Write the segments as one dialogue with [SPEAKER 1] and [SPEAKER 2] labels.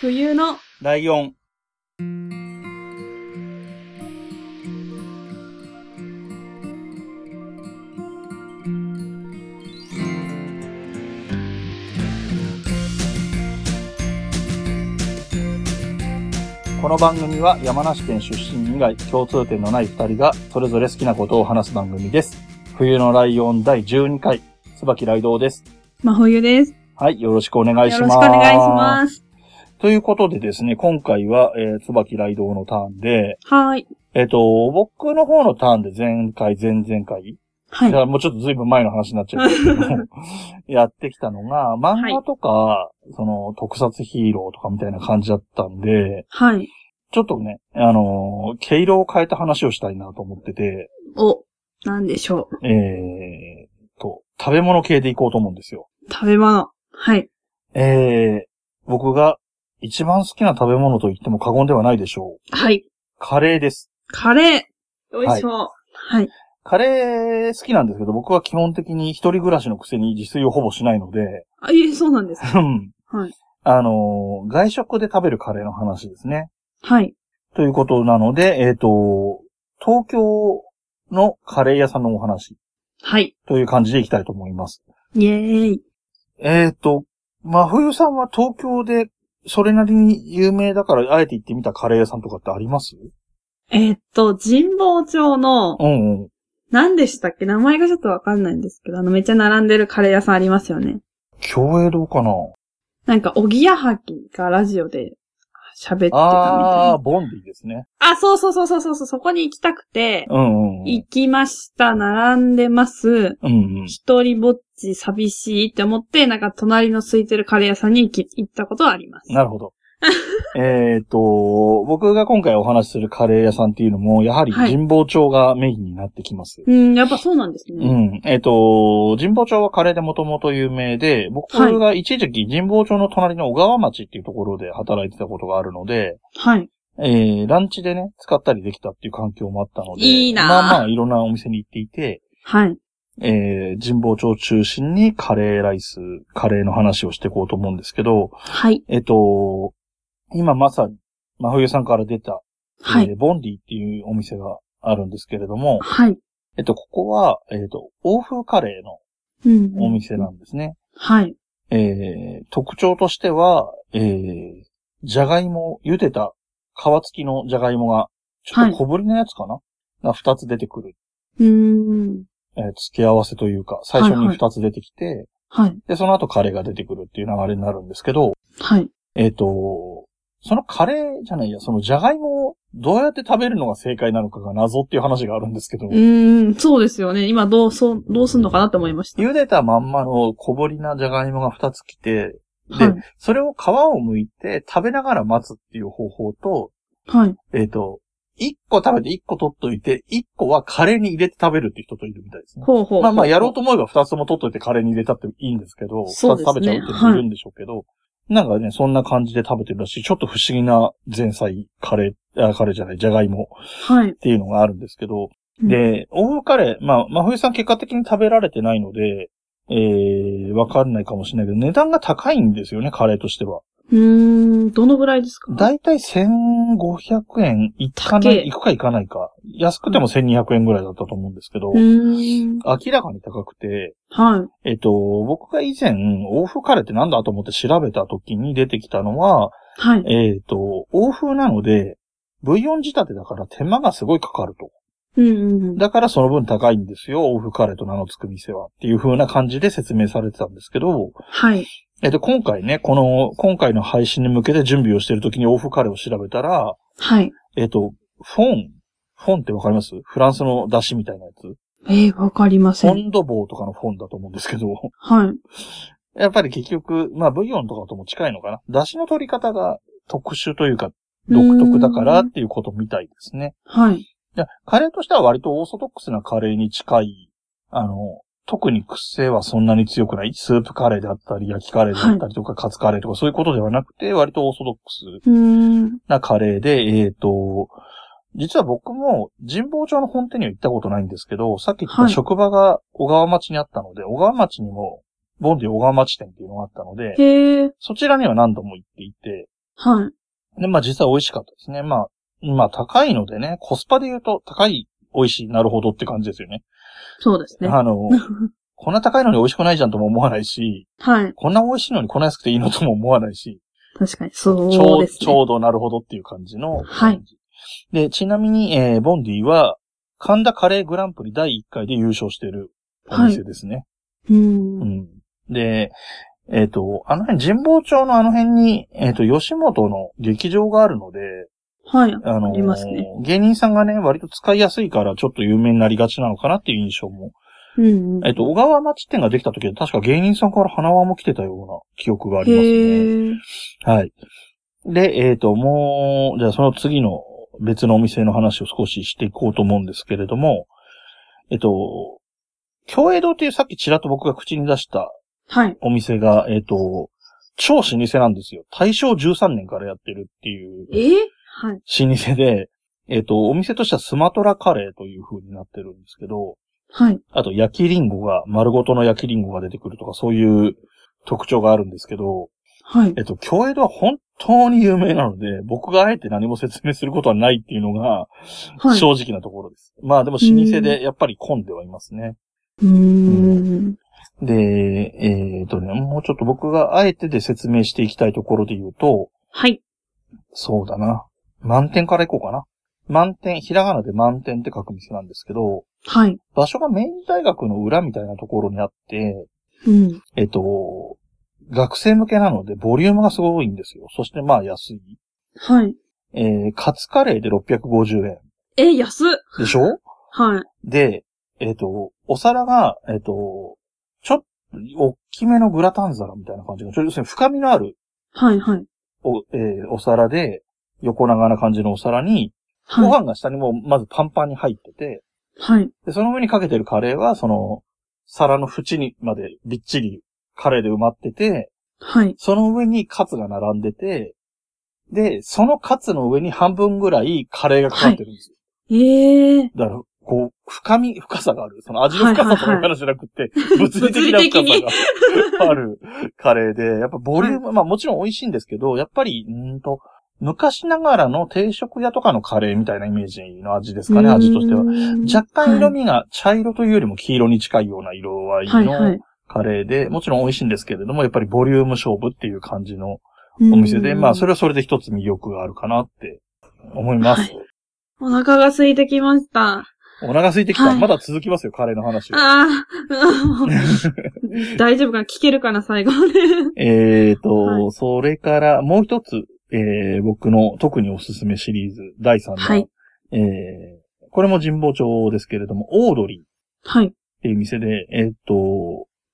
[SPEAKER 1] 冬の
[SPEAKER 2] ライオン。この番組は山梨県出身以外共通点のない二人がそれぞれ好きなことを話す番組です。冬のライオン第12回、椿雷道です。
[SPEAKER 1] 真冬です。
[SPEAKER 2] はい、よろしくお願い
[SPEAKER 1] よ
[SPEAKER 2] し
[SPEAKER 1] ろ
[SPEAKER 2] ま
[SPEAKER 1] し
[SPEAKER 2] す。
[SPEAKER 1] くお願いします。
[SPEAKER 2] ということでですね、今回は、えー、椿雷道のターンで、
[SPEAKER 1] はい。
[SPEAKER 2] えっ、と、僕の方のターンで前回、前々回、
[SPEAKER 1] はいい。
[SPEAKER 2] や、もうちょっとずいぶん前の話になっちゃうんですけ ど、やってきたのが、漫画とか、その、特撮ヒーローとかみたいな感じだったんで、
[SPEAKER 1] はい。
[SPEAKER 2] ちょっとね、あのー毛色を変えた話をしたいなと思ってて、
[SPEAKER 1] お、なんでしょう。
[SPEAKER 2] えー、と、食べ物系でいこうと思うんですよ。
[SPEAKER 1] 食べ物。はい。
[SPEAKER 2] えー、僕が一番好きな食べ物と言っても過言ではないでしょう。
[SPEAKER 1] はい。
[SPEAKER 2] カレーです。
[SPEAKER 1] カレー。よいしょ。はい。
[SPEAKER 2] カレー好きなんですけど、僕は基本的に一人暮らしのくせに自炊をほぼしないので、
[SPEAKER 1] あ、いえ、そうなんです。
[SPEAKER 2] うん
[SPEAKER 1] はい。
[SPEAKER 2] あのー、外食で食べるカレーの話ですね。
[SPEAKER 1] はい。
[SPEAKER 2] ということなので、えっ、と、東京のカレー屋さんのお話
[SPEAKER 1] はい。
[SPEAKER 2] という感じでいきたいと思います。
[SPEAKER 1] イエーイ。
[SPEAKER 2] えっ、と、真冬さんは東京でそれなりに有名だから、あえて行ってみたカレー屋さんとかってあります
[SPEAKER 1] えーっと、神保町の、
[SPEAKER 2] うんうん。
[SPEAKER 1] 何でしたっけ名前がちょっとわかんないんですけど、あの、めっちゃ並んでるカレー屋さんありますよね。
[SPEAKER 2] 共栄堂かな
[SPEAKER 1] なんか、おぎやはぎがラジオで喋ってたみたい
[SPEAKER 2] あ
[SPEAKER 1] な
[SPEAKER 2] ー、。ボンディですね。
[SPEAKER 1] あ、そうそうそうそうそうそう、そこに行きたくて、
[SPEAKER 2] うんうん。
[SPEAKER 1] 行きました、並んでます。
[SPEAKER 2] うんうん。
[SPEAKER 1] 一人ぼっち寂しいって思って、なんか隣の空いてるカレー屋さんに行き行ったことはあります。
[SPEAKER 2] なる ほど。えっと、僕が今回お話しするカレー屋さんっていうのも、やはり
[SPEAKER 1] はい
[SPEAKER 2] 神保町がメインになってきます。
[SPEAKER 1] うん、やっぱそうなんです
[SPEAKER 2] う
[SPEAKER 1] ね。
[SPEAKER 2] ん。えっ、と、神保町はカレーでもともと有名で、僕
[SPEAKER 1] はい
[SPEAKER 2] が一時期神保町の隣の小川町っていうところで働いてたことがあるので、
[SPEAKER 1] はい。
[SPEAKER 2] えー、ランチでね、使ったりできたっていう環境もあったので、
[SPEAKER 1] いいなぁ
[SPEAKER 2] まあまあいろんなお店に行っていて、
[SPEAKER 1] はい。
[SPEAKER 2] えー、神保町を中心にカレーライス、カレーの話をしていこうと思うんですけど、
[SPEAKER 1] はい。
[SPEAKER 2] えっと、今まさに、真冬さんから出た、
[SPEAKER 1] は
[SPEAKER 2] え
[SPEAKER 1] い。
[SPEAKER 2] ーボンディっていうお店があるんですけれども、
[SPEAKER 1] はい。
[SPEAKER 2] えっと、ここは、えっと、欧風カレーの
[SPEAKER 1] うん。
[SPEAKER 2] お店なんですね。
[SPEAKER 1] はい。
[SPEAKER 2] えー、特徴としては、えー、じゃがいも、茹でた皮付きのじゃがいもが、ちょっと小ぶりなやつかな、が二つ出てくる、
[SPEAKER 1] うーん。
[SPEAKER 2] えー付け合わせというか、最初
[SPEAKER 1] はいは
[SPEAKER 2] に
[SPEAKER 1] い
[SPEAKER 2] 二つ出てきて、
[SPEAKER 1] はい。
[SPEAKER 2] で、その後カレーが出てくるっていう流れになるんですけど、
[SPEAKER 1] はい。
[SPEAKER 2] えっ、と、そのカレーじゃないや、そのジャガイモをどうやって食べるのが正解なのかが謎っていう話があるんですけど、
[SPEAKER 1] うーん、そうですよね。今どう、そう、どうすんのかなって思いました。
[SPEAKER 2] 茹でたまんまの小ぶりなジャガイモが2つ来て、で、
[SPEAKER 1] はい。
[SPEAKER 2] それを皮を剥いて食べながら待つっていう方法と、
[SPEAKER 1] はい。
[SPEAKER 2] えっ、と、1個食べて1個取っといて、1個はカレーに入れて食べるっていう人といるみたいですね。
[SPEAKER 1] ほうほう。
[SPEAKER 2] まあまあ、やろうと思えば2つとも取っといてカレーに入れたっていいんですけど、
[SPEAKER 1] そ
[SPEAKER 2] 2
[SPEAKER 1] うですね
[SPEAKER 2] つ食べちゃうっていう人もいるんでしょうけど、なんかね、そんな感じで食べてるらしい、ちょっと不思議な前菜、カレー、あカレーじゃない、じゃがいも
[SPEAKER 1] はい
[SPEAKER 2] っ。ていうのがあるんですけど、
[SPEAKER 1] うん
[SPEAKER 2] で、オーブカレー、まあ、真冬さん結果的に食べられてないので、えー、わかんないかもしれないけど、値段が高いんですよね、カレーとしては。
[SPEAKER 1] うーん、どのぐらいですか
[SPEAKER 2] だいたい1500円いかな
[SPEAKER 1] 高え
[SPEAKER 2] い、いくかいかないか。安くても1200円ぐらいだったと思うんですけど、
[SPEAKER 1] うーん。
[SPEAKER 2] 明らかに高くて、
[SPEAKER 1] はい。
[SPEAKER 2] えっと、僕が以前、欧風カレーってなんだと思って調べた時に出てきたのは、
[SPEAKER 1] はい。
[SPEAKER 2] えっと、欧風なので、ブイヨン仕立てだから手間がすごいかかると。
[SPEAKER 1] うんうんうん。
[SPEAKER 2] だからその分高いんですよ、欧風カレーと名の付く店は。っていう風な感じで説明されてたんですけど、
[SPEAKER 1] はい。
[SPEAKER 2] えっと、今回ね、この、今回の配信に向けて準備をしてる時に欧風カレーを調べたら、
[SPEAKER 1] はい。
[SPEAKER 2] えっと、フォン、フォンってわかりますフランスの出汁みたいなやつ。
[SPEAKER 1] えー、わかりま
[SPEAKER 2] フ
[SPEAKER 1] せん。
[SPEAKER 2] ォンドボーとかのフォンだと思うんですけど、
[SPEAKER 1] はい。
[SPEAKER 2] やっぱり結局、まあ、ブイヨンとかとも近いのかな。出汁の取り方が特殊というか、独特だからっていうことみたいですね。
[SPEAKER 1] はい。
[SPEAKER 2] いやカレーとしては割とオーソドックスなカレーに近い、あの、特に癖はそんなに強くない。スープカレーであったり、焼きカレーであったりとか、カツカレーとかそういうことではなくて、割とオーソドックス
[SPEAKER 1] うーん。
[SPEAKER 2] なカレーで、えっ、と、実は僕も神保町の本店には行ったことないんですけど、さっき言った
[SPEAKER 1] はい
[SPEAKER 2] 職場が小川町にあったので、小川町にも、ボンディ小川町店っていうのがあったので、
[SPEAKER 1] へえ。
[SPEAKER 2] そちらには何度も行っていて、
[SPEAKER 1] はい。
[SPEAKER 2] で、まあ実際美味しかったですね。まあ、まあ高いのでね、コスパで言うと高い、美味しい、なるほどって感じですよね。
[SPEAKER 1] そうですね。
[SPEAKER 2] あの、こんな高いのに美味しくないじゃんとも思わないし、
[SPEAKER 1] はい。
[SPEAKER 2] こんな美味しいのにこんな安くていいのとも思わないし、
[SPEAKER 1] 確かに、
[SPEAKER 2] ちょ
[SPEAKER 1] そう
[SPEAKER 2] う
[SPEAKER 1] です
[SPEAKER 2] ち
[SPEAKER 1] ね。
[SPEAKER 2] ょうどなるほどっていう感じの
[SPEAKER 1] はい
[SPEAKER 2] 感じで、ちなみに、えーボンディは、神田カレーグランプリ第1回で優勝してるお店ですね。
[SPEAKER 1] うん
[SPEAKER 2] う。ん。で、えっ、と、あの辺、神保町のあの辺に、えっ、と、吉本の劇場があるので、
[SPEAKER 1] はい。
[SPEAKER 2] あのー
[SPEAKER 1] ありますね
[SPEAKER 2] 芸人さんがね、割と使いやすいから、ちょっと有名になりがちなのかなっていう印象も。
[SPEAKER 1] うんうん。
[SPEAKER 2] えっ、と、小川町店ができた時は、確か芸人さんから花輪も来てたような記憶がありますね。
[SPEAKER 1] へー
[SPEAKER 2] はい。で、えっ、と、もう、じゃあその次の別のお店の話を少ししていこうと思うんですけれども、えっ、と、共栄堂っていうさっきちらっと僕が口に出した
[SPEAKER 1] はい。
[SPEAKER 2] お店が、えっ、と、超老舗なんですよ。大正13年からやってるっていう
[SPEAKER 1] えーはい。
[SPEAKER 2] 老舗で、えっ、と、お店としてはスマトラカレーという風になってるんですけど、
[SPEAKER 1] はい。
[SPEAKER 2] あと焼きリンゴが、丸ごとの焼きリンゴが出てくるとか、そういう特徴があるんですけど、
[SPEAKER 1] はい
[SPEAKER 2] え。っと、共栄堂は本当に有名なので、僕があえて何も説明することはないっていうのが、
[SPEAKER 1] はい。
[SPEAKER 2] 正直なところです。まあでも老舗でやっぱり混んではいますね。
[SPEAKER 1] うーん。
[SPEAKER 2] で、えっとね、もうちょっと僕があえてで説明していきたいところで言うと、
[SPEAKER 1] はい。
[SPEAKER 2] そうだな。満点からいこうかな。満点、ひらがなで満点って書く店なんですけど、
[SPEAKER 1] はい。
[SPEAKER 2] 場所が明治大学の裏みたいなところにあって、
[SPEAKER 1] うん。
[SPEAKER 2] えっと、学生向けなのでボリュームがすごいんですよ。そしてまあ安い。
[SPEAKER 1] はい。
[SPEAKER 2] えー、カツカレーで650円。
[SPEAKER 1] え、安っ
[SPEAKER 2] で しょ
[SPEAKER 1] はい。
[SPEAKER 2] で、えっ、と、お皿が、えっ、と、ちょっと、大きめのグラタン皿みたいな感じの、ちょっと要するに深みのある
[SPEAKER 1] はい、はい。
[SPEAKER 2] お、えーお皿で、横長な感じのお皿に、ご
[SPEAKER 1] はい。
[SPEAKER 2] 飯が下にもうまずパンパンに入ってて、
[SPEAKER 1] はい。
[SPEAKER 2] で、その上にかけてるカレーは、その、皿の縁にまでびっちりカレーで埋まってて、
[SPEAKER 1] はい。
[SPEAKER 2] その上にカツが並んでて、で、そのカツの上に半分ぐらいカレーがかかってるんですよ
[SPEAKER 1] ええ。
[SPEAKER 2] だから、こう、深み、深さがある。その味の深さとかいう話じゃなく て、物理的な深さがあるカレーで、やっぱボリューム、まあもちろん美味しいんですけど、やっぱり、んーと、昔ながらの定食屋とかのカレーみたいなイメージの味ですかね、味としては。
[SPEAKER 1] は
[SPEAKER 2] 若干色味が茶色というよりも黄色に近いような色合い
[SPEAKER 1] はい、は
[SPEAKER 2] の
[SPEAKER 1] い。
[SPEAKER 2] カレーで、もちろん美味しいんですけれども、やっぱりボリューム勝負っていう感じの
[SPEAKER 1] お
[SPEAKER 2] お店で、まあそれはそれで一つ魅力があるかなって思います。
[SPEAKER 1] はいお腹が空いてきました。
[SPEAKER 2] お腹空いてきた。
[SPEAKER 1] はい
[SPEAKER 2] まだ続きますよ、カレーの話は。
[SPEAKER 1] ああ、大丈夫かな聞けるかな最後まで。
[SPEAKER 2] えーと、
[SPEAKER 1] は
[SPEAKER 2] それから、もう一つ、えー僕の特におすすめシリーズ、第3弾。
[SPEAKER 1] はい
[SPEAKER 2] えーこれも神保町ですけれども、オードリーっ
[SPEAKER 1] はい。
[SPEAKER 2] ていう店で、えーと、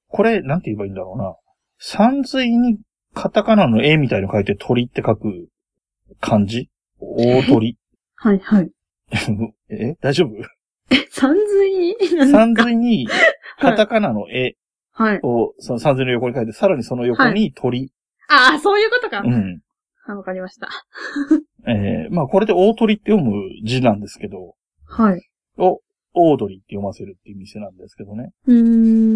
[SPEAKER 2] これ、なんて言えばいいんだろうな。三髄にカタカナの絵みたいの書いて鳥って書く漢字大鳥。
[SPEAKER 1] はい、はい。
[SPEAKER 2] え 大丈夫
[SPEAKER 1] え、三髄
[SPEAKER 2] 三髄にカタカナの絵
[SPEAKER 1] はい。
[SPEAKER 2] を、その三髄の横に書いて、さらにその横に鳥。
[SPEAKER 1] ああ、そういうことか。
[SPEAKER 2] うん。
[SPEAKER 1] あわかりました。
[SPEAKER 2] えーまあこれで大鳥って読む字なんですけど、
[SPEAKER 1] はい。
[SPEAKER 2] を、オードリーって読ませるっていう店なんですけどね。
[SPEAKER 1] うー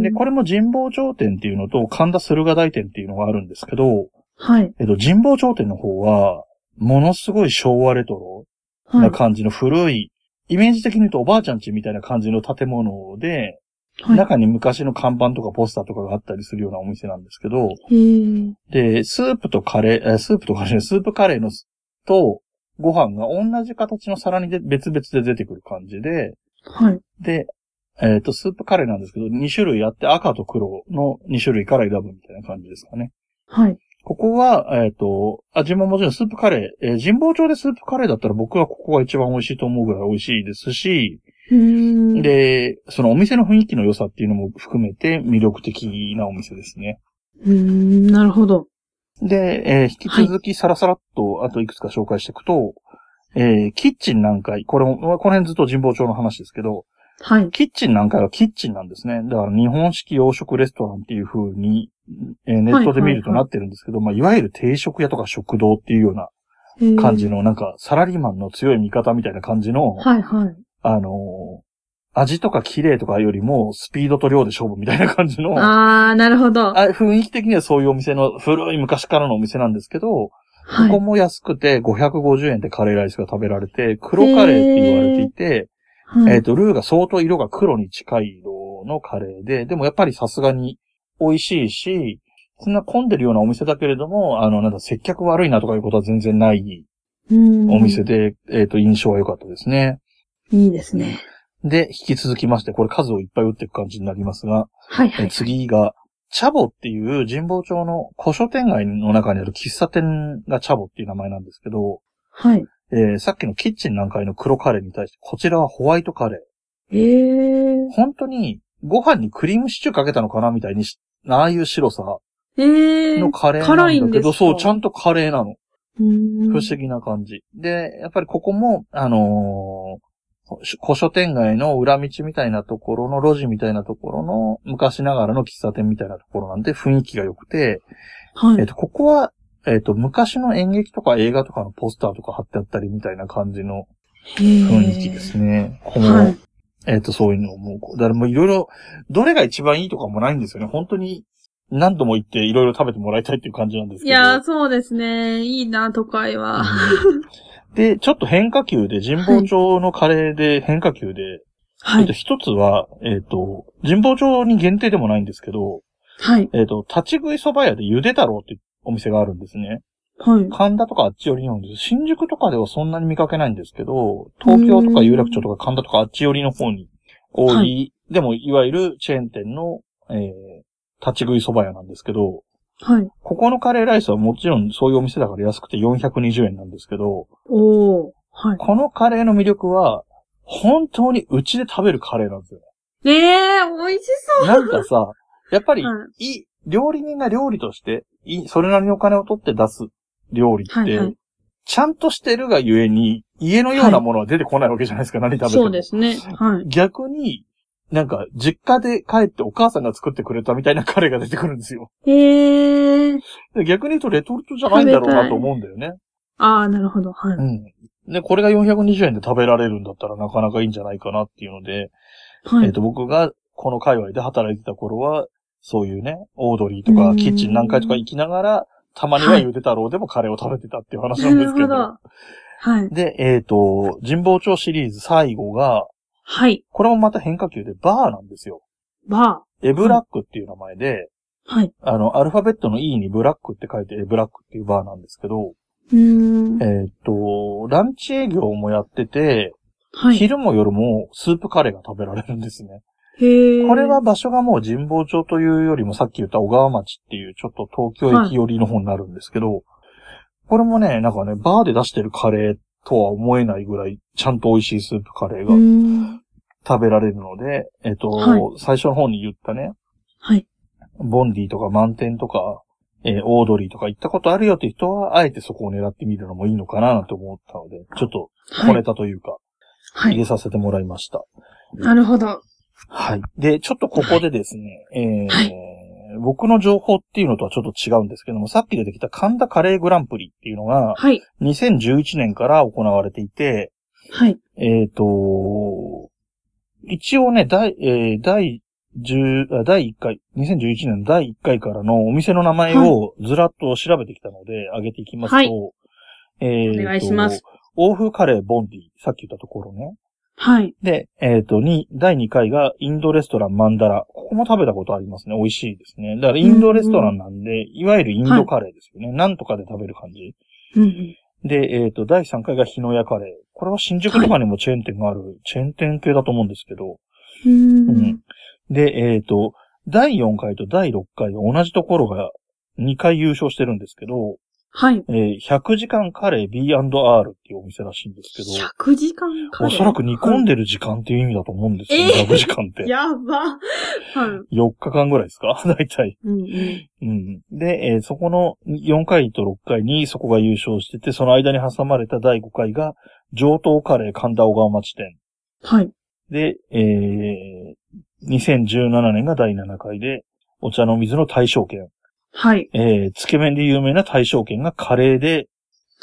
[SPEAKER 1] ん。
[SPEAKER 2] で、これも神保町店っていうのと神田駿河台店っていうのがあるんですけど、
[SPEAKER 1] はい。
[SPEAKER 2] えっと、神保町店の方は、ものすごい昭和レトロ
[SPEAKER 1] は。
[SPEAKER 2] ない感じの古い、イメージ的に言うとおばあちゃん家みたいな感じの建物で、
[SPEAKER 1] はい。
[SPEAKER 2] 中に昔の看板とかポスターとかがあったりするようなお店なんですけど、
[SPEAKER 1] へー
[SPEAKER 2] で、スープとカレー、えースープとカレー じゃない、スープカレーのす、と、ご飯が同じ形の皿にで別々で出てくる感じで、
[SPEAKER 1] はい。
[SPEAKER 2] で、えっ、と、スープカレーなんですけど、2種類あって赤と黒の2種類から選ぶみたいな感じですかね。
[SPEAKER 1] はい。
[SPEAKER 2] ここは、えっ、と、味ももちろんスープカレー、えー神保町でスープカレーだったら僕はここが一番美味しいと思うぐらい美味しいですし、
[SPEAKER 1] うーん。
[SPEAKER 2] で、そのお店の雰囲気の良さっていうのも含めて魅力的なお店ですね。
[SPEAKER 1] うーん、なるほど。
[SPEAKER 2] で、えー引き続きさらさらっと、あといくつか紹介していくと、えーキッチン南海、これも、この辺ずっと神保町の話ですけど、
[SPEAKER 1] はい。
[SPEAKER 2] キッチン南海はキッチンなんですね。だから日本式洋食レストランっていう風に、えーネットで見るとなってるんですけど、まあ、いわゆる定食屋とか食堂っていうような
[SPEAKER 1] へー
[SPEAKER 2] 感じ。の、なんか、サラリーマンの強い味方みたいな感じの、
[SPEAKER 1] はい、はい。
[SPEAKER 2] あのー味とか綺麗とかよりも、スピードと量で勝負みたいな感じの、
[SPEAKER 1] ああ、なるほど。は
[SPEAKER 2] あ雰囲気的にはそういうお店の、古い昔からのお店なんですけど、
[SPEAKER 1] は
[SPEAKER 2] ここ
[SPEAKER 1] い。
[SPEAKER 2] も安くて550円でカレーライスが食べられて、黒カレーって言われていて、
[SPEAKER 1] は
[SPEAKER 2] えっ、
[SPEAKER 1] い。
[SPEAKER 2] と、ルーが相当色が黒に近い色のカレーで、でもやっぱりさすがに美味しいし、そんな混んでるようなお店だけれども、あの、なんだ、接客悪いなとかいうことは全然ない
[SPEAKER 1] お
[SPEAKER 2] お店。で、えっ、と、印象は良かったですね。
[SPEAKER 1] いいですね。
[SPEAKER 2] で、引き続きまして、これ数をいっぱい打っていく感じになりますが、
[SPEAKER 1] はいは
[SPEAKER 2] え
[SPEAKER 1] い。
[SPEAKER 2] 次が、チャボっていう神保町の古書店街の中にある喫茶店がチャボっていう名前なんですけど、
[SPEAKER 1] はい。
[SPEAKER 2] えーさっきのキッチン南海の黒カレーに対して、こちらはホワイトカレー。
[SPEAKER 1] えー。
[SPEAKER 2] 本当に、ご飯にクリームシチューかけたのかなみたいにし、ああいう白さ
[SPEAKER 1] えー
[SPEAKER 2] の。カレー
[SPEAKER 1] 辛
[SPEAKER 2] ない
[SPEAKER 1] ん
[SPEAKER 2] んだけ
[SPEAKER 1] です
[SPEAKER 2] ど、
[SPEAKER 1] か
[SPEAKER 2] そう、ちゃんとカレーなの。
[SPEAKER 1] 不
[SPEAKER 2] 不
[SPEAKER 1] 思
[SPEAKER 2] 思議な感じ。で、やっぱりここも、あのー古書店街の裏道みたいなところの路地みたいなところの昔ながらの喫茶店みたいなところなんで雰囲気が良くて、
[SPEAKER 1] は
[SPEAKER 2] えっ
[SPEAKER 1] い。
[SPEAKER 2] と、ここは、えっと、昔の演劇とか映画とかのポスターとか貼ってあったりみたいな感じの雰囲気で
[SPEAKER 1] へ
[SPEAKER 2] すね。ここ
[SPEAKER 1] ー。
[SPEAKER 2] も
[SPEAKER 1] はい。
[SPEAKER 2] えっ、と、そういうのも、こうだからもういろいろ、どれが一番いいとかもないんですよね。本当に何度も行っていろいろ食べてもらいたいっていう感じなんです
[SPEAKER 1] い
[SPEAKER 2] けど。
[SPEAKER 1] やー、そうですね。いいな、都会は。
[SPEAKER 2] うんで、ちょっと変化球で、神保町のカレーで変化球で、
[SPEAKER 1] は
[SPEAKER 2] えっと、
[SPEAKER 1] い。
[SPEAKER 2] 一つは、えっ、と、神保町に限定でもないんですけど、
[SPEAKER 1] はい。
[SPEAKER 2] えっ、と、立ち食いそば屋でゆで太郎っていうお店があるんですね。
[SPEAKER 1] はい。
[SPEAKER 2] 神田とかあっち寄りなんです。新宿とかではそんなに見かけないんですけど、東京とか有楽町とか神田とかあっち寄りの方に多い、
[SPEAKER 1] は
[SPEAKER 2] でもいわゆるチェーン店の、えー、立ち食いそば屋なんですけど、
[SPEAKER 1] はい。
[SPEAKER 2] ここのカレーライスはもちろんそういうお店だから安くて420円なんですけど、
[SPEAKER 1] おー。はい。
[SPEAKER 2] このカレーの魅力は、本当にうちで食べるカレーなんですよ。
[SPEAKER 1] ねえ、美味しそ
[SPEAKER 2] なん かさ、やっぱり
[SPEAKER 1] う。、はい
[SPEAKER 2] い、料理人が料理として、いい、それなりのお金を取って出す料理って、
[SPEAKER 1] はいはい
[SPEAKER 2] ちゃんとしてるがゆえに、家のようなものは出てこないわけじゃないですか、何食べ
[SPEAKER 1] い。
[SPEAKER 2] ても。
[SPEAKER 1] そうですね。はい。
[SPEAKER 2] 逆に、なんか、実家で帰ってお母さんが作ってくれたみたいなカレーが出てくるんですよ。
[SPEAKER 1] へえー。
[SPEAKER 2] で逆に言うとレトルトじゃないんだろうなと思うんだよね。
[SPEAKER 1] ああ、なるほど。はい。
[SPEAKER 2] うん。で、これが420円で食べられるんだったらなかなかいいんじゃないかなっていうので、
[SPEAKER 1] は
[SPEAKER 2] えっ、
[SPEAKER 1] い。
[SPEAKER 2] と、僕がこの界隈で働いてた頃は、そういうね、オードリーとか
[SPEAKER 1] うん
[SPEAKER 2] キッチン何回とか行きながら、たまには
[SPEAKER 1] はい
[SPEAKER 2] ゆで太郎でもカレーを食べてたっていう話
[SPEAKER 1] な
[SPEAKER 2] なんで
[SPEAKER 1] る
[SPEAKER 2] すけ
[SPEAKER 1] ほ
[SPEAKER 2] ど。
[SPEAKER 1] ど。はい。
[SPEAKER 2] で、えっ、と、神保町シリーズ最後が、
[SPEAKER 1] はい。
[SPEAKER 2] これもまた変化球でバーなんですよ。
[SPEAKER 1] バ
[SPEAKER 2] エブラックっていう名前で、
[SPEAKER 1] ー。はい。
[SPEAKER 2] あの、アルファベットの E にブラックって書いてエブラックっていうバーなんですけど、
[SPEAKER 1] うーん
[SPEAKER 2] え。っ、と、ランチ営業もやってて、
[SPEAKER 1] はい。
[SPEAKER 2] 昼も夜もスープカレーが食べられるんですね。
[SPEAKER 1] へえ。
[SPEAKER 2] これは、場所がもう神保町というよりもさっき言った小川町っていうちょっと東京駅寄りの方になるんですけど、これもね、なんかね、バーで出してるカレーとは思えないぐらいちゃんと美味しいスープカレー
[SPEAKER 1] う
[SPEAKER 2] が
[SPEAKER 1] ーん。
[SPEAKER 2] 食べられるので、えっと、
[SPEAKER 1] はい
[SPEAKER 2] 最初の方に言ったね、
[SPEAKER 1] はい。
[SPEAKER 2] ボンディとか満点とか、えーオードリーとか行ったことあるよって人は、あえてそこを狙ってみるのもいいのかななんて思ったので、ちょっと
[SPEAKER 1] は
[SPEAKER 2] 小
[SPEAKER 1] い
[SPEAKER 2] ネ。タというか、
[SPEAKER 1] は
[SPEAKER 2] 入
[SPEAKER 1] い。
[SPEAKER 2] れさせてもらいました。
[SPEAKER 1] なるほど。
[SPEAKER 2] はい。で、ちょっとここでですね、えー
[SPEAKER 1] は
[SPEAKER 2] 僕の情報っていうのとはちょっと違うんですけども、さっき出てきた神田カレーグランプリっていうのが、
[SPEAKER 1] はい。
[SPEAKER 2] 2011年から行われていて、
[SPEAKER 1] はい。
[SPEAKER 2] えっ、と、一応ね、第、えー第10あ第1回、2011年の第1回からのお店の名前をずらっと調べてきたので、上げていきますと、
[SPEAKER 1] はい
[SPEAKER 2] えーと
[SPEAKER 1] お願いします。
[SPEAKER 2] 欧風カレーボンディ、さっき言ったところね。
[SPEAKER 1] はい。
[SPEAKER 2] で、えっ、と、に、第2回がインドレストランマンダラ。ここも食べたことありますね。美味しいですね。だからインドレストランなんで、いわゆるインドカレーですよね。なんとかで食べる感じ。
[SPEAKER 1] うんうん。
[SPEAKER 2] で、えっ、と、第3回が日野屋カレー。これは新宿とかにもチェーン店がある、チェーン店系だと思うんですけど。
[SPEAKER 1] う
[SPEAKER 2] う
[SPEAKER 1] ー
[SPEAKER 2] ん
[SPEAKER 1] ん。
[SPEAKER 2] で、えっ、と、第4回と第6回同じところが2回優勝してるんですけど、
[SPEAKER 1] はい。
[SPEAKER 2] えー100時間カレー B&R っていうお店らしいんですけど、
[SPEAKER 1] 100時間か。
[SPEAKER 2] おそらく煮込んでる時間っていう意味だと思うんですよ、
[SPEAKER 1] えー
[SPEAKER 2] 100時間って。
[SPEAKER 1] やば。はい。
[SPEAKER 2] 4日間ぐらいですか 大体。
[SPEAKER 1] うんうん。
[SPEAKER 2] うん。で、えーそこの4回と6回にそこが優勝してて、その間に挟まれた第5回が、上等カレー神田小川町店。
[SPEAKER 1] はい。
[SPEAKER 2] で、えー2017年が第7回で、お茶の水の大賞券。
[SPEAKER 1] はい。
[SPEAKER 2] えーつけ麺で有名な大賞券がカレーで、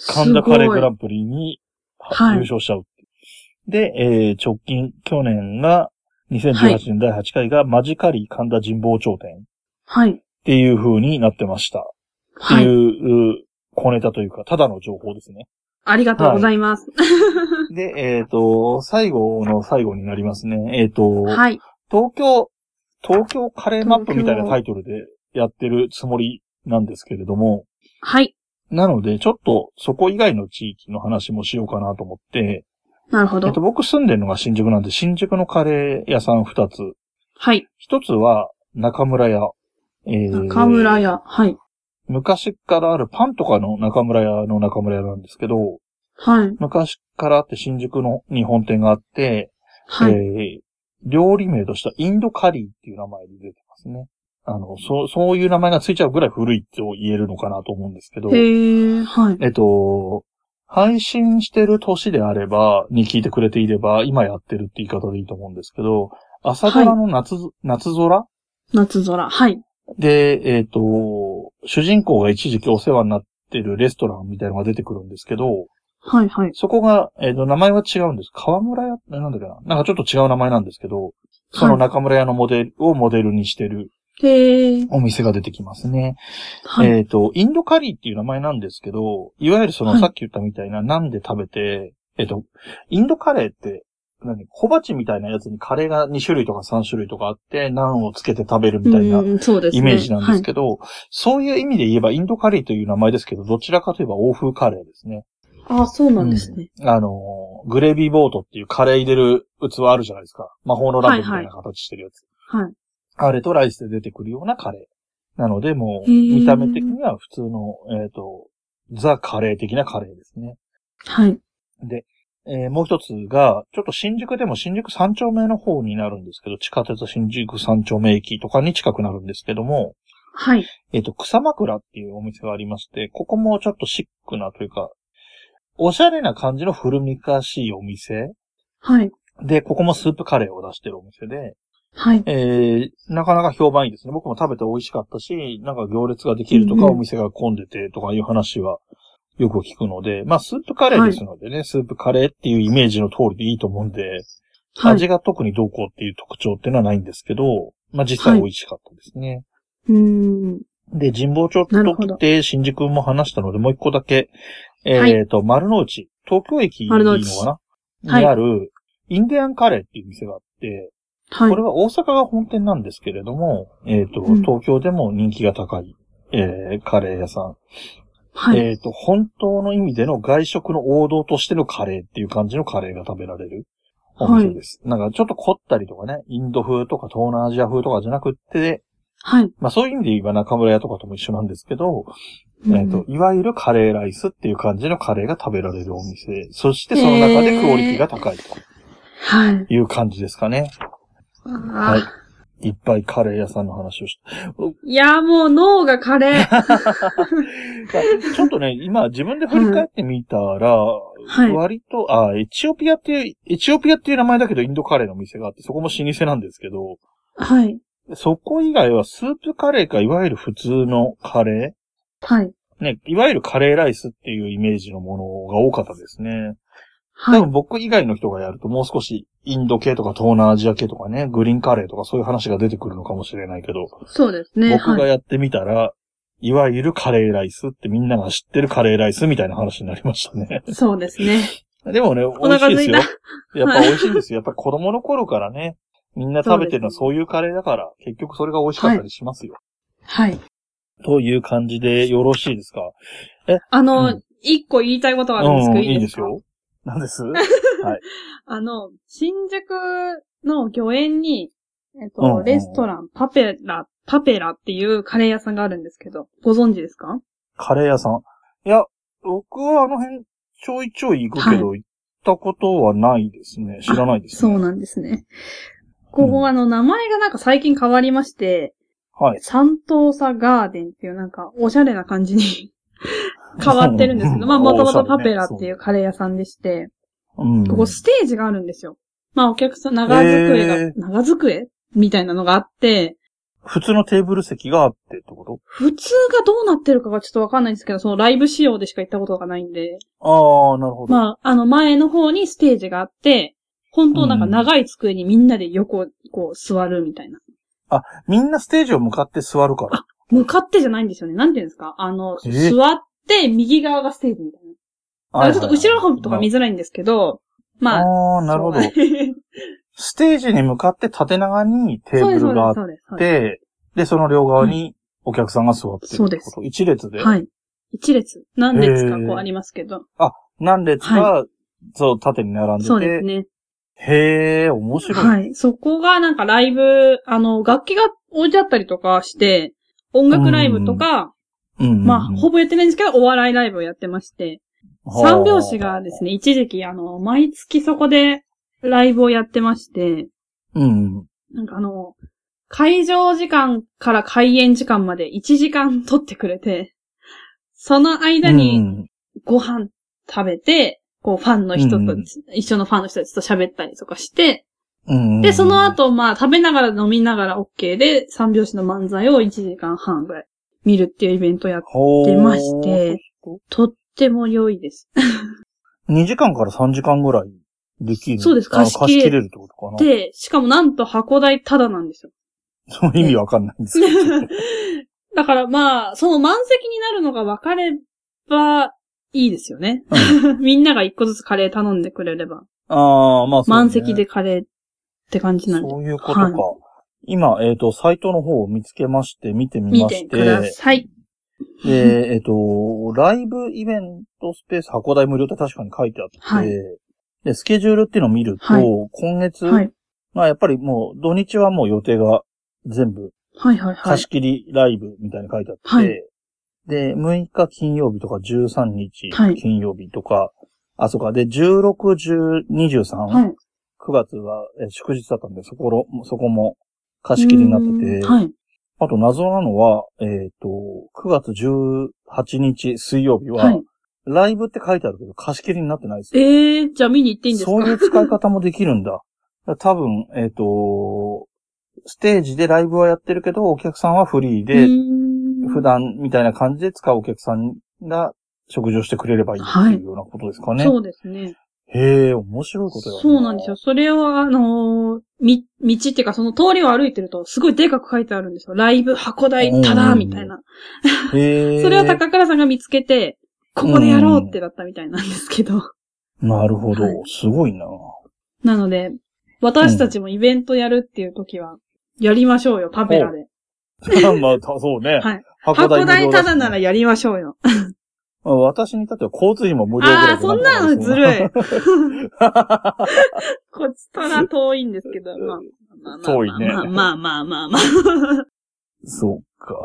[SPEAKER 2] 神田カレーグランプリに
[SPEAKER 1] はい
[SPEAKER 2] 優勝しちゃうっていう。で、えー直近、去年が、2018年第8回が、マジカリー神田神保町店。
[SPEAKER 1] はい。
[SPEAKER 2] っていう風になってました。って
[SPEAKER 1] はい。
[SPEAKER 2] いう、小ネタというか、ただの情報ですね。
[SPEAKER 1] ありがとうございます。
[SPEAKER 2] で、えっ、と、最後の最後になりますね。えっ、と、
[SPEAKER 1] はい。
[SPEAKER 2] 東京、東京カレーマップみたいなタイトルでやってるつもりなんですけれども、
[SPEAKER 1] はい。
[SPEAKER 2] なので、ちょっとそこ以外の地域の話もしようかなと思って、
[SPEAKER 1] なるほ
[SPEAKER 2] え
[SPEAKER 1] ど
[SPEAKER 2] っと、。僕住んでるのが新宿なんで、新宿のカレー屋さん二つ。
[SPEAKER 1] はい。
[SPEAKER 2] 一つは中村屋。えー
[SPEAKER 1] 中村屋。はい。
[SPEAKER 2] 昔からあるパンとかの中村屋の中村屋なんですけど、
[SPEAKER 1] はい。
[SPEAKER 2] 昔からあって新宿のに本店があって、
[SPEAKER 1] はい。
[SPEAKER 2] えー料理名としたインドカリーっていう名前で出てますね。あの、そう、そういう名前がついちゃうぐらい古いと言えるのかなと思うんですけど、
[SPEAKER 1] へえ、はい。
[SPEAKER 2] えっと、配信してる年であれば、に聞いてくれていれば、今やってるって言い方でいいと思うんですけど、朝ドラの夏、夏空
[SPEAKER 1] 夏空。はい。
[SPEAKER 2] で、えっ、と、主人公が一時期お世話になってるレストランみたいなのが出てくるんですけど、
[SPEAKER 1] はい、はい。
[SPEAKER 2] そこが、えっ、と、名前は違うんです。川村屋なんだっけななんかちょっと違う名前なんですけど、その中村屋のモデルをモデルにしてる
[SPEAKER 1] へえ、
[SPEAKER 2] お店が出てきますね。
[SPEAKER 1] はい。
[SPEAKER 2] えっ、と、インドカリーっていう名前なんですけど、いわゆるそ
[SPEAKER 1] は
[SPEAKER 2] の
[SPEAKER 1] い
[SPEAKER 2] さっき言ったみたいな、なんで食べて、えっ、と、インドカレーって、何小鉢みたいなやつにカレーが2種類とか3種類とかあって、ナンをつけて食べるみたいな
[SPEAKER 1] うん、そうですね。
[SPEAKER 2] イメージなんですけど、そういう意味で言えばインドカレーという名前ですけど、どちらかといえば欧風カレーですね。
[SPEAKER 1] はいあ、そうなんですね。
[SPEAKER 2] あのー、グレービーボートっていうカレー入れる器あるじゃないですか。魔法のランプみたいな形してるやつ。
[SPEAKER 1] はい。
[SPEAKER 2] あれとライスで出てくるようなカレー。なので、もう、
[SPEAKER 1] へー
[SPEAKER 2] 見た目的には普通の、えっ、と、ザ・カレー的なカレーですね。
[SPEAKER 1] はい。
[SPEAKER 2] で、えーもう一つが、ちょっと新宿でも新宿三丁目の方になるんですけど、地下鉄新宿三丁目駅とかに近くなるんですけども、
[SPEAKER 1] はい。
[SPEAKER 2] えっ、と、草枕っていうお店がありまして、ここもちょっとシックなというか、おしゃれな感じの古めかしいお店
[SPEAKER 1] はい。
[SPEAKER 2] で、ここもスープカレーを出してるお店で、
[SPEAKER 1] はい。
[SPEAKER 2] えー、なかなか評判いいですね。僕も食べて美味しかったし、なんか行列ができるとか、
[SPEAKER 1] うんうん
[SPEAKER 2] お店が混んでてとかいう話はよく聞くので、まあ、スープカレーですのでね、スープカレーっていうイメージの通りでいいと思うんで、
[SPEAKER 1] はい。
[SPEAKER 2] 味が特にどうこうっていう特徴っていうのはないんですけど、まあ、実際美味しかったですね。
[SPEAKER 1] うーん。
[SPEAKER 2] で、神保町
[SPEAKER 1] なる
[SPEAKER 2] と
[SPEAKER 1] ほ
[SPEAKER 2] 来
[SPEAKER 1] ど
[SPEAKER 2] て、新宿も話したので、もう一個だけ、えっ、
[SPEAKER 1] はい
[SPEAKER 2] と、丸の内、東京駅
[SPEAKER 1] 丸の
[SPEAKER 2] の
[SPEAKER 1] 内
[SPEAKER 2] かな
[SPEAKER 1] はい
[SPEAKER 2] にある、インディアンカレーっていう店があって、
[SPEAKER 1] はい
[SPEAKER 2] これ。は大阪が本店なんですけれども、えっ、と、
[SPEAKER 1] うん
[SPEAKER 2] 東京でも人気が高い、えーカレー屋さん。
[SPEAKER 1] はい。
[SPEAKER 2] えっ、と、本当の意味での外食の王道としてのカレーっていう感じのカレーが食べられるお店です。なんかちょっと凝ったりとかね、インド風とか東南アジア風とかじゃなくって、
[SPEAKER 1] はい。
[SPEAKER 2] まあそういう意味で言えば中村屋とかとも一緒なんですけど、えっ、と、いわゆるカレーライスっていう感じのカレーが食べられるお店。そしてその中でクオリティが高いと
[SPEAKER 1] はい。
[SPEAKER 2] いう感じですかね。
[SPEAKER 1] はい
[SPEAKER 2] いっぱいカレー屋さんの話をし
[SPEAKER 1] いや、もう脳がカレ ー。
[SPEAKER 2] た。ちょっとね、今自分で振り返ってみたら、
[SPEAKER 1] はい
[SPEAKER 2] 割と、あ、エチオピアっていう、エチオピアっていう名前だけどインドカレーのお店があって、そこも老舗なんですけど、
[SPEAKER 1] はい。
[SPEAKER 2] そこ以外はスープカレーかいわゆる普通のカレ
[SPEAKER 1] はい。
[SPEAKER 2] ーね、いわゆるカレーライスっていうイメージのものが多かったですね。
[SPEAKER 1] は
[SPEAKER 2] 多
[SPEAKER 1] い。
[SPEAKER 2] 分僕以外の人がやるともう少しインド系とか東南アジア系とかね、グリーンカレーとかそういう話が出てくるのかもしれないけど、
[SPEAKER 1] そうですね。
[SPEAKER 2] 僕が
[SPEAKER 1] はい。
[SPEAKER 2] やってみたら、い、わゆるカレーライスってみんなが知ってるカレーライスみたいな話になりましたね。
[SPEAKER 1] そうですね。
[SPEAKER 2] でもね、美味し
[SPEAKER 1] 腹
[SPEAKER 2] いですよ。
[SPEAKER 1] 空
[SPEAKER 2] やっぱ美味しいんですよ。やっぱ子供の頃からね、みんな食べてるのはそういうカレーだから、結局それが美味しかったりしますよ。
[SPEAKER 1] はい。
[SPEAKER 2] という感じでよろしいですか
[SPEAKER 1] あ
[SPEAKER 2] う
[SPEAKER 1] の、一個言いたいことがあるんです
[SPEAKER 2] う
[SPEAKER 1] け
[SPEAKER 2] ん、
[SPEAKER 1] ど、
[SPEAKER 2] いいです
[SPEAKER 1] か
[SPEAKER 2] よ。な んです
[SPEAKER 1] あの、新宿の御苑に、えっと、
[SPEAKER 2] うんうん
[SPEAKER 1] レストラン、パペラ、パペラっていうカレー屋さんがあるんですけど、ご存知ですか
[SPEAKER 2] カレー屋さん。いや、僕はあの辺ちょいちょい行くけど、行ったことはないですね。知らないです、
[SPEAKER 1] そ
[SPEAKER 2] ね。
[SPEAKER 1] うなんですね。ここ、あの、名前がなんか最近変わりまして、
[SPEAKER 2] はい。
[SPEAKER 1] 三等差ガーデンっていうなんか、おしゃれな感じに 変わってるんですけど、まあ、
[SPEAKER 2] うん
[SPEAKER 1] もとも
[SPEAKER 2] おしゃれ
[SPEAKER 1] とパ
[SPEAKER 2] ね
[SPEAKER 1] ペラっていうカレー屋さんでして、
[SPEAKER 2] うん。
[SPEAKER 1] ここステージがあるんですよ。まあ、お客さん、長机が、
[SPEAKER 2] へー
[SPEAKER 1] 長机みたいなのがあって、
[SPEAKER 2] 普通のテーブル席があってってこと
[SPEAKER 1] 普通がどうなってるかがちょっとわかんないんですけど、そのライブ仕様でしか行ったことがないんで、
[SPEAKER 2] ああ、なるほど。
[SPEAKER 1] まあ、あの前の方にステージがあって、本当なんか長い机にみんなで横、こう座るみたいな。
[SPEAKER 2] みんなステージを向かって座るから。
[SPEAKER 1] 向かってじゃないんですよね。なんていうんですかあの、
[SPEAKER 2] え
[SPEAKER 1] 座っって、右側がステージみたいな。だからちょっと後ろの方とか見づらいんですけど、まあ。
[SPEAKER 2] ああー、なるほど
[SPEAKER 1] そ。う
[SPEAKER 2] ステージに向かって縦長にテー
[SPEAKER 1] そうです、
[SPEAKER 2] ブ
[SPEAKER 1] そ
[SPEAKER 2] ルがあっ
[SPEAKER 1] うです、そうです。
[SPEAKER 2] て、で、その両側にお客さんが座ってるって
[SPEAKER 1] そうで
[SPEAKER 2] こ
[SPEAKER 1] す
[SPEAKER 2] と。一列で。
[SPEAKER 1] はい。一列。何列か
[SPEAKER 2] へー
[SPEAKER 1] こうありますけど。
[SPEAKER 2] 何列か、そう、縦に並んでて。
[SPEAKER 1] そうですね。
[SPEAKER 2] へえ、面白い。
[SPEAKER 1] はい。そこがなんかライブ、あの、楽器が置いてあったりとかして、音楽ライブとか、
[SPEAKER 2] うんうんうん
[SPEAKER 1] まあ、ほぼやってないんですけど、お笑いライブをやってまして、三拍子がですね、一時期、あの、毎月そこでライブをやってまして、
[SPEAKER 2] うんうん。
[SPEAKER 1] なんかあの、会場時間から開演時間まで1時間取ってくれて、その間
[SPEAKER 2] う
[SPEAKER 1] に
[SPEAKER 2] ん
[SPEAKER 1] ご飯食べて、こうファンの人と、
[SPEAKER 2] うんうん
[SPEAKER 1] 一緒のファンの人たちと喋ったりとかして、
[SPEAKER 2] うんうん
[SPEAKER 1] で、その、後、まあ、食べながら飲みながら OK で、三拍子の漫才を1時間半ぐらい見るっていうイベントをやっ
[SPEAKER 2] 出
[SPEAKER 1] てまし。て、とっても良いです。
[SPEAKER 2] 2時間から3時間ぐらいできる。
[SPEAKER 1] そうです
[SPEAKER 2] あ
[SPEAKER 1] 貸し切れ
[SPEAKER 2] 貸し切れるってことかな。
[SPEAKER 1] で、しかもなんと箱代タダなんですよ。
[SPEAKER 2] その意味わかんないんですけど。
[SPEAKER 1] だからまあ、その満席になるのが分かればいいですよね。 みんなが一個ずつカレー頼んでくれれば。
[SPEAKER 2] ああ、まあそうね
[SPEAKER 1] 満席でカレーって感じなんで。
[SPEAKER 2] そういうことか。
[SPEAKER 1] はい
[SPEAKER 2] 今、えっ、と、サイトの方を見つけまして、見てみ
[SPEAKER 1] 見
[SPEAKER 2] ま
[SPEAKER 1] て
[SPEAKER 2] し
[SPEAKER 1] くだ
[SPEAKER 2] て、
[SPEAKER 1] さい。
[SPEAKER 2] で、えっ、と、ライブイベントスペース箱代無料って確かに書いてあって、
[SPEAKER 1] はい
[SPEAKER 2] で、スケジュールっていうのを見ると、
[SPEAKER 1] はい
[SPEAKER 2] 今月、
[SPEAKER 1] はい。
[SPEAKER 2] まあやっぱりもう土日はもう予定が全部
[SPEAKER 1] はいはいは
[SPEAKER 2] 貸
[SPEAKER 1] い
[SPEAKER 2] し。切りライブみたいに書いてあって、
[SPEAKER 1] はい
[SPEAKER 2] で、6日金曜日とか13日
[SPEAKER 1] はい
[SPEAKER 2] 金曜日とか、あ、そうか、で、16、10、23、
[SPEAKER 1] はい。
[SPEAKER 2] 9月はえ祝日だったんで、そころ、そこも貸し切りになってて、
[SPEAKER 1] うんはい。
[SPEAKER 2] あと謎なのは、えっ、と、9月18日水曜日は、
[SPEAKER 1] はい。
[SPEAKER 2] ライブって書いてあるけど貸し切りになってないですよ。
[SPEAKER 1] えー、じゃあ見に行っていいんですか
[SPEAKER 2] そういう使い方もできるんだ。多分、えっ、と、ステージでライブはやってるけど、お客さんはフリー
[SPEAKER 1] う
[SPEAKER 2] で、
[SPEAKER 1] ーん
[SPEAKER 2] 普段みたいな感じで使うお客さんが食事をしてくれればいいっていうようなことですかね。
[SPEAKER 1] そうですね。
[SPEAKER 2] へえ、面白いことや
[SPEAKER 1] そうなんですよ。。それを、あのーみ、道っていうか、その通りを歩いてると、すごいでかく書いてあるんですよ。ライブ、箱代、タダみたいな。
[SPEAKER 2] へえ。
[SPEAKER 1] それを高倉さんが見つけて、ここでやろうってなったみたいなんですけど。
[SPEAKER 2] なるほど
[SPEAKER 1] はい。
[SPEAKER 2] すごいな。
[SPEAKER 1] なので、私たちもイベントやるっていう時は、やりましょうよ、パペラで。
[SPEAKER 2] まあ、たそうね。
[SPEAKER 1] はい
[SPEAKER 2] 箱
[SPEAKER 1] 箱代
[SPEAKER 2] 無料
[SPEAKER 1] た
[SPEAKER 2] し
[SPEAKER 1] だならやりましょうよ。
[SPEAKER 2] まあ私に至っては交通費も無料ぐらい
[SPEAKER 1] ああ、そんなのず
[SPEAKER 2] い。
[SPEAKER 1] るい。こっちから遠いんですけど、まあ。まあまあ
[SPEAKER 2] 遠いね
[SPEAKER 1] まあまあまあまあまあ。
[SPEAKER 2] そっか、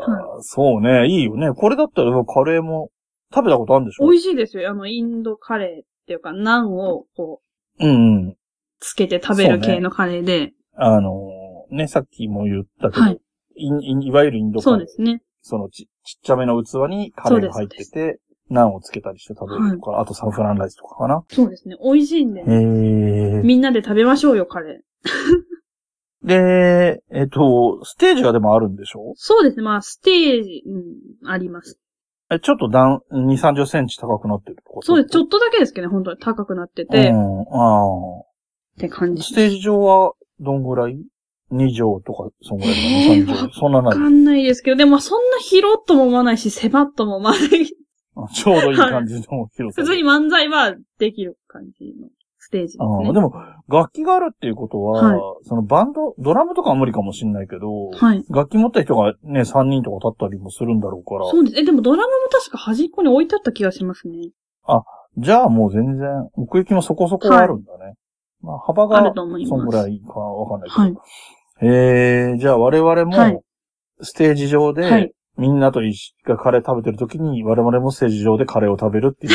[SPEAKER 2] そうね。いいよね。これだったらカレーも食べたことあるんでしょ
[SPEAKER 1] 美味しいですよ。あの、インドカレーっていうか、ナンをこう、
[SPEAKER 2] うんうん。
[SPEAKER 1] つけて食べる
[SPEAKER 2] そうね
[SPEAKER 1] 系のカレーで。
[SPEAKER 2] あのーね、さっきも言ったけど、
[SPEAKER 1] はい
[SPEAKER 2] いいいわゆるインドカ
[SPEAKER 1] そう
[SPEAKER 2] レー
[SPEAKER 1] で。すね。
[SPEAKER 2] そのちちっちゃめの器にカレーが入ってて、ナンをつけたりして食べるとか、あとサンフランライスとかかな。
[SPEAKER 1] そうですね。美味しいんで
[SPEAKER 2] へ。ー。
[SPEAKER 1] みんなで食べましょうよ、カレー。
[SPEAKER 2] で、えっと、ステージがでもあるんでしょ
[SPEAKER 1] そうですね。まあ、ステージ、うん、あります。
[SPEAKER 2] え、ちょっと段、2、30センチ高くなってるとこ
[SPEAKER 1] そうです。ち
[SPEAKER 2] っ
[SPEAKER 1] ょっとだけですけどね、本当に高くなって
[SPEAKER 2] う
[SPEAKER 1] て、っ
[SPEAKER 2] ん、あ
[SPEAKER 1] て感
[SPEAKER 2] あ。
[SPEAKER 1] じ。
[SPEAKER 2] ステージ上は、どんぐらい ?2 畳とか、そんぐらい
[SPEAKER 1] えー
[SPEAKER 2] かな ?3 畳。そんな
[SPEAKER 1] わ
[SPEAKER 2] ない。
[SPEAKER 1] かんないですけど、でもまあそんな広っとも思わないし、狭っとも思わ ない。
[SPEAKER 2] あ ちょうどいい感じの広さ。
[SPEAKER 1] 普通に漫才はできる感じのステージです
[SPEAKER 2] ああ
[SPEAKER 1] ね。
[SPEAKER 2] でも、楽器があるっていうことは、
[SPEAKER 1] はい
[SPEAKER 2] そのバンド、ドラムとかは無理かもしんないけど、
[SPEAKER 1] はい。
[SPEAKER 2] 楽器持った人がね、3人とか立ったりもするんだろうから、
[SPEAKER 1] そうです。え、でもドラムも確か端っこに置いてあった気がしますね。
[SPEAKER 2] じゃあもう全然、奥行きもそこそこあるんだね。まあ、幅
[SPEAKER 1] あ
[SPEAKER 2] が
[SPEAKER 1] る、と思い
[SPEAKER 2] そん
[SPEAKER 1] ま
[SPEAKER 2] ぐ
[SPEAKER 1] す。
[SPEAKER 2] らいかわかんないけど。えー、じゃあ我々も、
[SPEAKER 1] はい
[SPEAKER 2] ステージ上で、
[SPEAKER 1] はい
[SPEAKER 2] みんなと一緒にカレー食べてる時に、我々もステージ上でカレーを食べるっ ていう。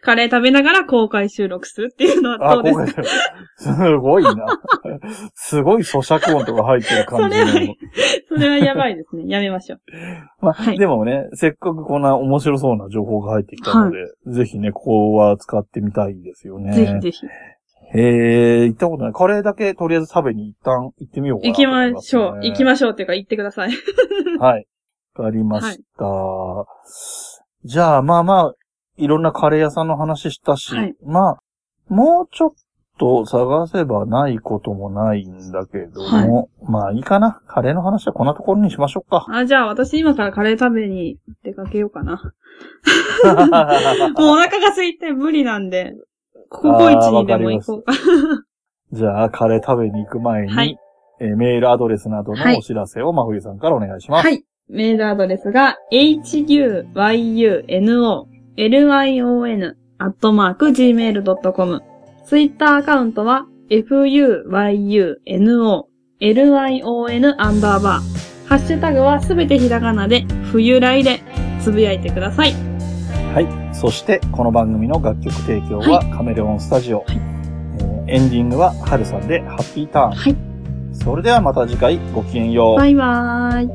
[SPEAKER 1] カレー食べながら公開収録するっていうのは
[SPEAKER 2] あ、
[SPEAKER 1] どうです
[SPEAKER 2] 今
[SPEAKER 1] か
[SPEAKER 2] 回だよすごいな。すごい咀嚼音とか入ってる
[SPEAKER 1] そ
[SPEAKER 2] 感じ
[SPEAKER 1] れ
[SPEAKER 2] の。
[SPEAKER 1] は、それはやばいです ね。やめましょう。
[SPEAKER 2] まあ、
[SPEAKER 1] はい
[SPEAKER 2] でもね、せっかくこんな面白そうな情報が入ってきたので、ぜひね、ここは使ってみたいですよね。
[SPEAKER 1] ぜひぜひ。
[SPEAKER 2] えー、行ったことない。カレーだけとりあえず食べに一旦行ってみようかな
[SPEAKER 1] 行
[SPEAKER 2] と
[SPEAKER 1] き
[SPEAKER 2] 思い
[SPEAKER 1] ましょう。行き
[SPEAKER 2] ま
[SPEAKER 1] ましょうっていうか、行ってください。
[SPEAKER 2] す。はい。わかりました。じゃあ、まあまあ、いろんなカレー屋さんの話したし、
[SPEAKER 1] はい
[SPEAKER 2] まあ、もうちょっと探せばないこともないんだけども、まあいいかな。カレーの話はこんなところにしましょ
[SPEAKER 1] 。
[SPEAKER 2] うか
[SPEAKER 1] あ、じゃあ私今からカレー食べに出かけようかな。もうお腹が空いて無理なんで、ココイチにでも行こうか。
[SPEAKER 2] じゃあ、カレー食べに行く前に、
[SPEAKER 1] はい
[SPEAKER 2] えーメールアドレスなど
[SPEAKER 1] はい
[SPEAKER 2] のお知らせを真冬さんからお願いします。
[SPEAKER 1] はい。メールアドレスが、huyuno,lion, アットマーク gmail.com。ツイッターアカウントは、fuyuno, lion, アンダーバー。ハッシュタグはすべてひらがなで、冬来で、つぶやいてください。
[SPEAKER 2] はい。そして、この番組の楽曲提供はカメレオンスタジオ。
[SPEAKER 1] い
[SPEAKER 2] えーエンディングはハルさんでハッピーターン。
[SPEAKER 1] はい
[SPEAKER 2] それではまた次回ごきげんよう。
[SPEAKER 1] バイバーイ。